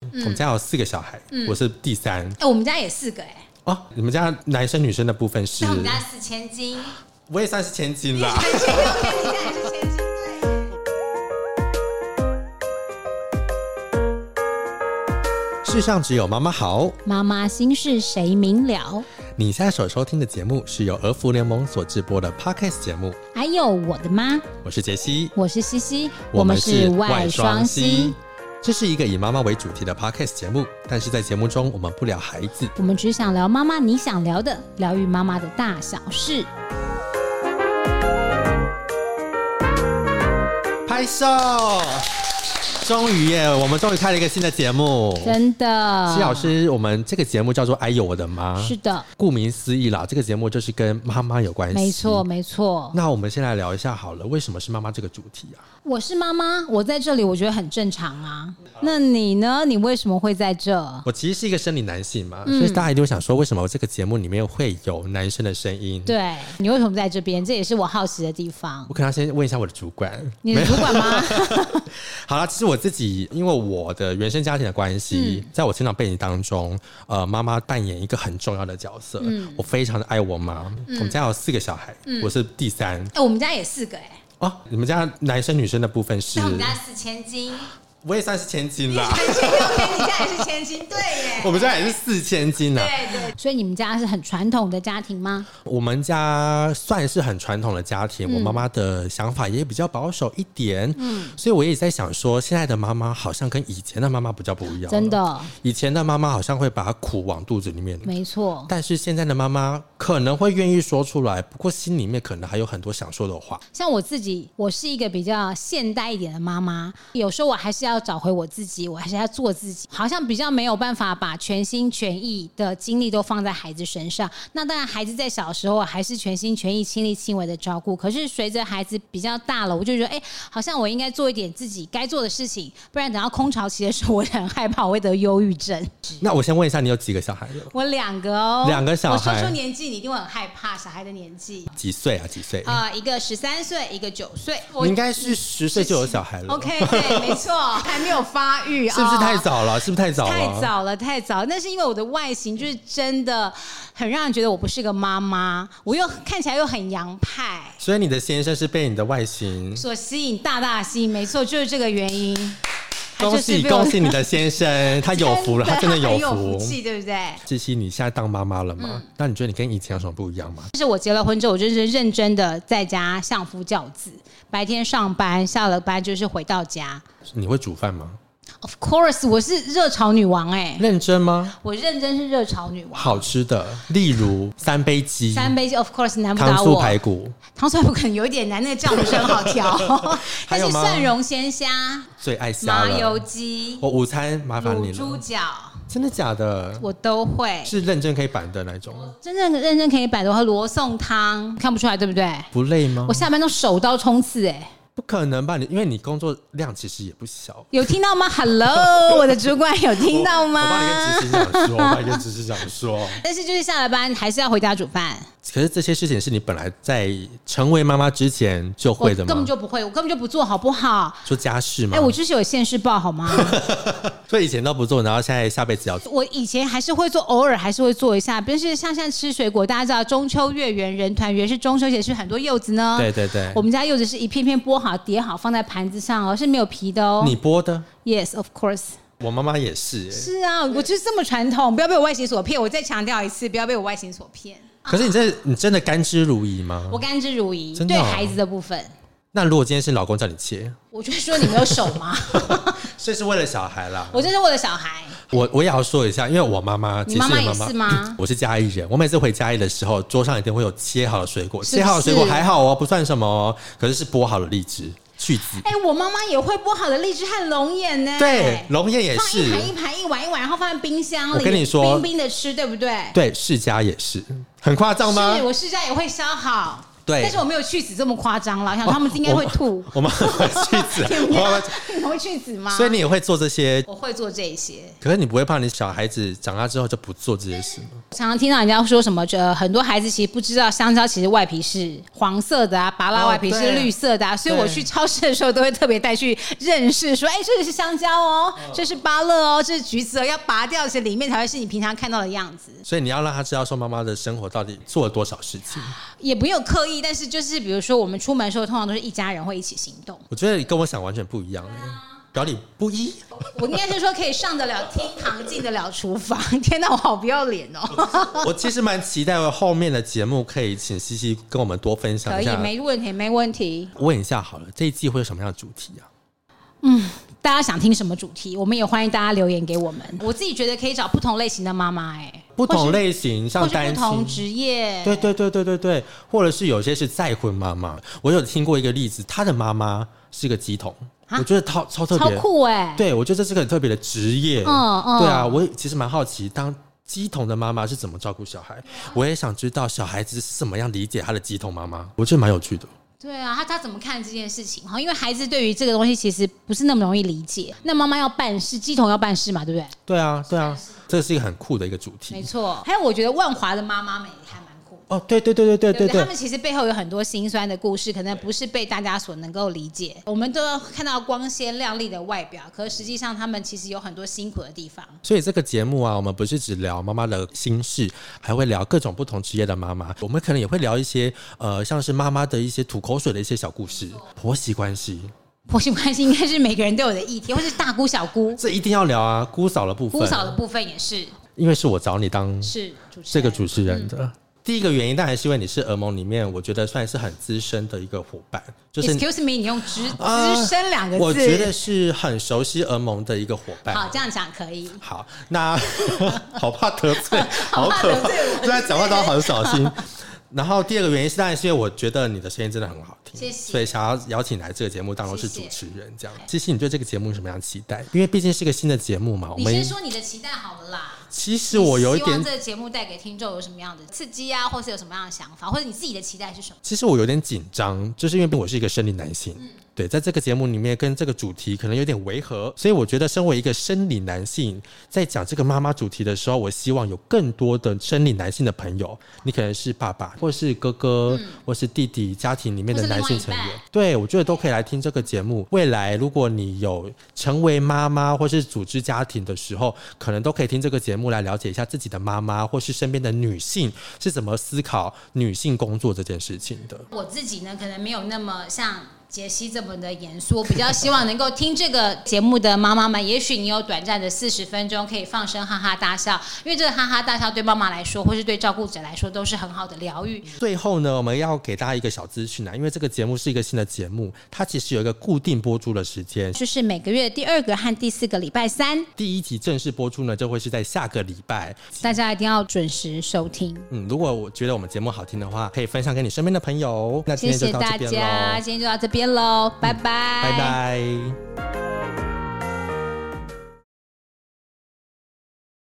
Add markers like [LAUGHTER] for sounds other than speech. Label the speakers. Speaker 1: 嗯
Speaker 2: 我们家有四个小孩，我是第三。
Speaker 1: 哎，我们家也四个哎，
Speaker 2: 哦，你们家男生女生的部分是
Speaker 1: 但我？们家四千金，
Speaker 2: 我也算是千金啦。
Speaker 1: 你家也是千金对。
Speaker 2: 世上只有妈妈好。
Speaker 1: 妈妈心事谁明了？
Speaker 2: 你现在所收听的节目是由儿福联盟所制播的 Podcast 节目，
Speaker 1: 还有我的妈，
Speaker 2: 我是杰西，
Speaker 1: 我是西西，
Speaker 2: 西。这是一个以妈妈为主题的 podcast 节目，但是在节目中我们不聊孩子，
Speaker 1: 我们只想聊妈妈你想聊的，疗愈妈妈的大小事。
Speaker 2: 拍手！终于耶，我们终于开了一个新的节目。
Speaker 1: 真的，
Speaker 2: 西老师，我们这个节目叫做《哎呦我的妈》，
Speaker 1: 是的，
Speaker 2: 顾名思义啦，这个节目就是跟妈妈有关系。
Speaker 1: 没错，。没错。
Speaker 2: 那我们先来聊一下好了，为什么是妈妈这个主题啊？
Speaker 1: 我是妈妈，我在这里，我觉得很正常啊。那你呢？你为什么会在这？
Speaker 2: 我其实是一个生理男性嘛，
Speaker 1: 嗯
Speaker 2: 所以大家一定会想说，为什么这个节目里面会有男生的声音？，
Speaker 1: 对你为什么在这边？这也是我好奇的地方
Speaker 2: 我。可能要先问一下我的主管，
Speaker 1: 你的主管
Speaker 2: [LAUGHS]
Speaker 1: 吗？
Speaker 2: 好了，其实我自己因为我的原生家庭的关系，
Speaker 1: 嗯
Speaker 2: 在我成长背景当中，呃，妈妈扮演一个很重要的角色。
Speaker 1: 嗯
Speaker 2: 我非常的爱我妈。我们家有四个小孩，我是第三。
Speaker 1: 哎、我们家也四个哎、
Speaker 2: 哦，你们家男生女生的部分是
Speaker 1: 但？我们家四千金，
Speaker 2: 我也算是千金啦， [LAUGHS]
Speaker 1: 你家也是千金，对耶。
Speaker 2: 我们家也是四千金呐、
Speaker 1: 对对，所以你们家是很传统的家庭吗？
Speaker 2: 我们家算是很传统的家
Speaker 1: 嗯
Speaker 2: 庭，我妈妈的想法也比较保守一点，嗯，所以我也在想说，现在的妈妈好像跟以前的妈妈比较不一样，
Speaker 1: 真。的，
Speaker 2: 以前的妈妈好像会把苦往肚子里面
Speaker 1: 没错。
Speaker 2: 但是现在的妈妈可能会愿意说出来，不过心里面可能还有很多想说的话。
Speaker 1: 像我自己，我是一个比较现代一点的妈妈，有时候我还是要找回我自己，我还是要做自己，好像比较没有办法把全心全意的精力都放在孩子身上。那当然，孩子在小时候还是全心全意、亲力亲为的照顾，可是随着孩子比较大了，我就觉得，哎、好像我应该做一点自己该做的事情，不然等到空巢期的时候，我很害怕我会得忧郁症。
Speaker 2: 那我先问一下，你有几个小孩了？
Speaker 1: 我两个哦，
Speaker 2: 两个小孩
Speaker 1: 我说出年纪，你一定会很害怕小孩的年纪。
Speaker 2: 几岁啊？几岁？
Speaker 1: 啊、一个十三岁，一个九岁。我
Speaker 2: 你应该是十岁就有小孩了
Speaker 1: OK，对，没错，还没有发育，
Speaker 2: [LAUGHS] 是不是
Speaker 1: 哦
Speaker 2: 太？早了？是不是太早了？
Speaker 1: 太早了，太早了。那是因为我的外形就是真的很让人觉得我不是个妈妈，我又看起来又很洋派，
Speaker 2: 所以你的先生是被你的外形，
Speaker 1: 所吸引大大吸引，没错，就是这个原因。他
Speaker 2: 恭
Speaker 1: 就是
Speaker 2: 喜
Speaker 1: 被我
Speaker 2: 恭喜你的先
Speaker 1: [LAUGHS]
Speaker 2: 生，他有福了，他真的
Speaker 1: 很
Speaker 2: 有
Speaker 1: 有
Speaker 2: 福。
Speaker 1: 气，嗯对不对？
Speaker 2: 志熙，你现在当妈妈了吗？那你觉得你跟以前有什么不一样吗？
Speaker 1: 就是我结了婚之后，我就是认真的在家相夫教子，白天上班，下了班就是回到家。
Speaker 2: 你会煮饭吗？
Speaker 1: Of course，我是热潮女王哎、
Speaker 2: 认真吗？
Speaker 1: 我认真是热潮女王。
Speaker 2: 好吃的，例如三杯鸡、
Speaker 1: 三杯鸡，of course 难不
Speaker 2: 糖
Speaker 1: 倒
Speaker 2: 醋
Speaker 1: 我。
Speaker 2: 排骨，
Speaker 1: 糖醋排骨可能有一点难，那个酱不是很好
Speaker 2: [LAUGHS]
Speaker 1: 调。
Speaker 2: 还
Speaker 1: 但
Speaker 2: 有
Speaker 1: 是
Speaker 2: 吗
Speaker 1: 蒜蓉鲜虾、
Speaker 2: 最爱虾
Speaker 1: 麻
Speaker 2: 了。
Speaker 1: 油鸡、
Speaker 2: 我午餐麻烦你
Speaker 1: 卤
Speaker 2: 了
Speaker 1: 猪，脚，
Speaker 2: 真的假的？
Speaker 1: 我都会。
Speaker 2: 是认真可以板的那种，
Speaker 1: 真正认真可以摆的话，罗宋汤看不出来，对不对？
Speaker 2: 不累吗
Speaker 1: 我？下班都手刀冲刺、哎，
Speaker 2: 不可能吧？你因为你工作量其实也不小。
Speaker 1: 有听到吗？Hello，我的
Speaker 2: [LAUGHS]
Speaker 1: 主管有听到
Speaker 2: 我帮你
Speaker 1: 吗
Speaker 2: 跟？执行长说，我帮你跟执行长说。
Speaker 1: [LAUGHS] 但是就是下了班还是要回家煮饭，
Speaker 2: 可是这些事情是你本来在成为妈妈之前就
Speaker 1: 我
Speaker 2: 会的
Speaker 1: 根本
Speaker 2: 吗？
Speaker 1: 就不会，我根本就不做好不好？
Speaker 2: 说家事吗？
Speaker 1: 哎、我就是有现世报好吗？
Speaker 2: 所以以前都不做，然后现在下辈子要做。
Speaker 1: 我以前还是会做，偶尔还是会做一下，但是像现在吃水果，大家知道中秋月圆人团圆是中秋节吃很多柚子呢。
Speaker 2: 对对对
Speaker 1: 我，们家柚子是一片片剥好、叠好放在盘子上哦，是没有皮的哦。
Speaker 2: 你播的，
Speaker 1: Yes, of course。
Speaker 2: 我妈妈也是。欸
Speaker 1: 是啊，我就是这么传统，不要被我外形所骗。我再强调一次，不要被我外形所骗。
Speaker 2: 可是你这你真的甘之如饴吗
Speaker 1: 我？甘之如饴，
Speaker 2: 真的
Speaker 1: 对
Speaker 2: 哦
Speaker 1: 孩子的部分，
Speaker 2: 那如果今天是老公叫你切，
Speaker 1: 我就说你没有手 [LAUGHS] 吗？
Speaker 2: 这是为了小孩啦。
Speaker 1: 我这是为了小孩，
Speaker 2: 我我也要说一下，因为我妈妈，其
Speaker 1: 你
Speaker 2: 实
Speaker 1: 妈妈
Speaker 2: 我
Speaker 1: 也是吗
Speaker 2: [CLEARS THROAT] 嗯我是嘉义人，我每次回嘉义的时候，桌上一定会有切好的水果，
Speaker 1: 是不是
Speaker 2: 切好的水果还好哦，不算什么哦，可是是剥好的荔枝、去籽，
Speaker 1: 哎、我妈妈也会剥好的荔枝和龙眼呢。
Speaker 2: 对，龙眼也
Speaker 1: 放一盘一
Speaker 2: 是，
Speaker 1: 盘一碗一碗，然后放在冰箱
Speaker 2: 我
Speaker 1: 里，
Speaker 2: 跟你说
Speaker 1: 冰冰的吃，对不对？
Speaker 2: 对，世家也是，很夸张吗
Speaker 1: 是，？我试家也会削好，
Speaker 2: 对
Speaker 1: 但是我没有去死这么夸张啦，我想他们应该会吐。
Speaker 2: 我们去
Speaker 1: [LAUGHS]
Speaker 2: 死，
Speaker 1: 你
Speaker 2: 我们
Speaker 1: 们你们会去死吗？
Speaker 2: 所以你也会做这些，
Speaker 1: 我会做这些。
Speaker 2: 可是你不会怕你小孩子长大之后就不做这些事吗？
Speaker 1: 常常听到人家说什么，呃，很多孩子其实不知道香蕉其实外皮是黄色的啊，拔拉外皮
Speaker 2: 哦
Speaker 1: 是
Speaker 2: 对
Speaker 1: 绿色的啊，所以我去超市的时候都会特别带去认识，说，哎、这个是香蕉哦，这是芭乐哦，这是橘子哦，要拔掉，其实里面才会是你平常看到的样子。
Speaker 2: 所以你要让他知道说妈妈的生活到底做了多少事情。
Speaker 1: 也不用刻意，但是就是比如说我们出门的时候，通常都是一家人会一起行动。
Speaker 2: 我觉得你跟我想完全不一样、欸，表里不一。
Speaker 1: 我应该是说可以上得了厅堂，进得了厨房。 [LAUGHS] 天哪，我好不要脸哦！
Speaker 2: [LAUGHS] 我其实蛮期待后面的节目可以请西西跟我们多分享
Speaker 1: 可
Speaker 2: 一
Speaker 1: 以，
Speaker 2: 下。
Speaker 1: 没问题，没问题。
Speaker 2: 问一下好了，这一季会有什么样的主题啊？
Speaker 1: 大家想听什么主题，我们也欢迎大家留言给我们。我自己觉得可以找不同类型的妈妈、哎，
Speaker 2: 不同类型，
Speaker 1: 或
Speaker 2: 像
Speaker 1: 是不
Speaker 2: 单
Speaker 1: 同
Speaker 2: 亲，
Speaker 1: 职业，
Speaker 2: 对对对对对对，或者是有些是再婚妈妈。我有听过一个例子，她的妈妈是个鸡童，
Speaker 1: 啊
Speaker 2: 我觉得超超特
Speaker 1: 超
Speaker 2: 别。
Speaker 1: 酷哎、
Speaker 2: 对，我觉得这是个很特别的职业。
Speaker 1: 嗯嗯
Speaker 2: 对啊，我其实蛮好奇，当鸡童的妈妈是怎么照顾小孩，我也想知道小孩子是怎么样理解他的鸡童妈妈，我觉得蛮有趣的。
Speaker 1: 对啊，他他怎么看这件事情？哈，因为孩子对于这个东西其实不是那么容易理解。那妈妈要办事，鸡童要办事嘛，对不对？
Speaker 2: 对啊，对啊，这是一个很酷的一个主
Speaker 1: 没
Speaker 2: 题。
Speaker 1: 错。还有，我觉得万华的妈妈们也还蛮酷的。
Speaker 2: 哦，对对对对
Speaker 1: 对
Speaker 2: 对
Speaker 1: 不
Speaker 2: 对
Speaker 1: 对？他们其实背后有很多辛酸的故事，可能不是被大家所能够理解。我们都要看到光鲜亮丽的外表，可实际上他们其实有很多辛苦的地方。
Speaker 2: 所以这个节目啊，我们不是只聊妈妈的心事，还会聊各种不同职业的妈妈。我们可能也会聊一些呃，像是妈妈的一些吐口水的一些小故事，
Speaker 1: 嗯
Speaker 2: 婆媳关系，
Speaker 1: 婆媳关系应该是每个人都有的议题，或是大姑小姑、
Speaker 2: 这一定要聊啊。姑嫂的部分，
Speaker 1: 姑嫂的部分也是，
Speaker 2: 因为是我找你当
Speaker 1: 是主持
Speaker 2: 这
Speaker 1: 人
Speaker 2: 个主持人的。
Speaker 1: 嗯
Speaker 2: 第一个原因当然是因为你是俄盟里面，我觉得算是很资深的一个伙伴，就是你
Speaker 1: Excuse me，你用资
Speaker 2: 啊
Speaker 1: 资深两个字，
Speaker 2: 我觉得是很熟悉俄盟的一个伙伴。
Speaker 1: 好，这样讲可以。
Speaker 2: 好，那
Speaker 1: [LAUGHS]
Speaker 2: 好怕得罪，好
Speaker 1: 怕
Speaker 2: 可
Speaker 1: 得
Speaker 2: 怕
Speaker 1: 罪我，
Speaker 2: 虽然讲话都很小
Speaker 1: [LAUGHS]
Speaker 2: 心。然后第二个原因是，当然是因为我觉得你的声音真的很好听，
Speaker 1: 谢谢
Speaker 2: 所以想要邀请来这个节目当中是主
Speaker 1: 谢谢
Speaker 2: 持人这样。其实你对这个节目有什么样的期待？因为毕竟是个新的节目嘛，我
Speaker 1: 你
Speaker 2: 们
Speaker 1: 先说你的期待好了啦。
Speaker 2: 其实我有一
Speaker 1: 希望
Speaker 2: 点
Speaker 1: 这，个节目带给听众有什么样的刺激啊，或是有什么样的想法，或者你自己的期待是什么？
Speaker 2: 其实我有点紧张，就是因为我是一个生理男性。
Speaker 1: 嗯
Speaker 2: 对，在这个节目里面跟这个主题可能有点违和，所以我觉得身为一个生理男性，在讲这个妈妈主题的时候，我希望有更多的生理男性的朋友，你可能是爸爸，或是哥哥，或是弟弟，家庭里面的男性成员
Speaker 1: 嗯或是另外一半，
Speaker 2: 对我觉得都可以来听这个节目。未来如果你有成为妈妈或是组织家庭的时候，可能都可以听这个节目来了解一下自己的妈妈或是身边的女性是怎么思考女性工作这件事情的。
Speaker 1: 我自己呢，可能没有那么像杰西这么的严肃，比较希望能够听这个节目的妈妈们，也许你有短暂的四十分钟可以放声哈哈大笑，因为这个哈哈大笑对妈妈来说，或是对照顾者来说，都是很好的疗愈。
Speaker 2: 最后呢，我们要给大家一个小资讯啊，因为这个节目是一个新的节目，它其实有一个固定播出的时间。
Speaker 1: 就是每个月第二个和第四个礼拜三，
Speaker 2: 第一集正式播出呢，就会是在下个礼拜。
Speaker 1: 大家一定要准时收听。
Speaker 2: 嗯，如果我觉得我们节目好听的话，可以分享给你身边的朋友。那今天
Speaker 1: 谢
Speaker 2: 就
Speaker 1: 谢
Speaker 2: 到
Speaker 1: 大
Speaker 2: 这边喽，嗯
Speaker 1: 家，今天就到这边喽，拜拜，
Speaker 2: 拜拜。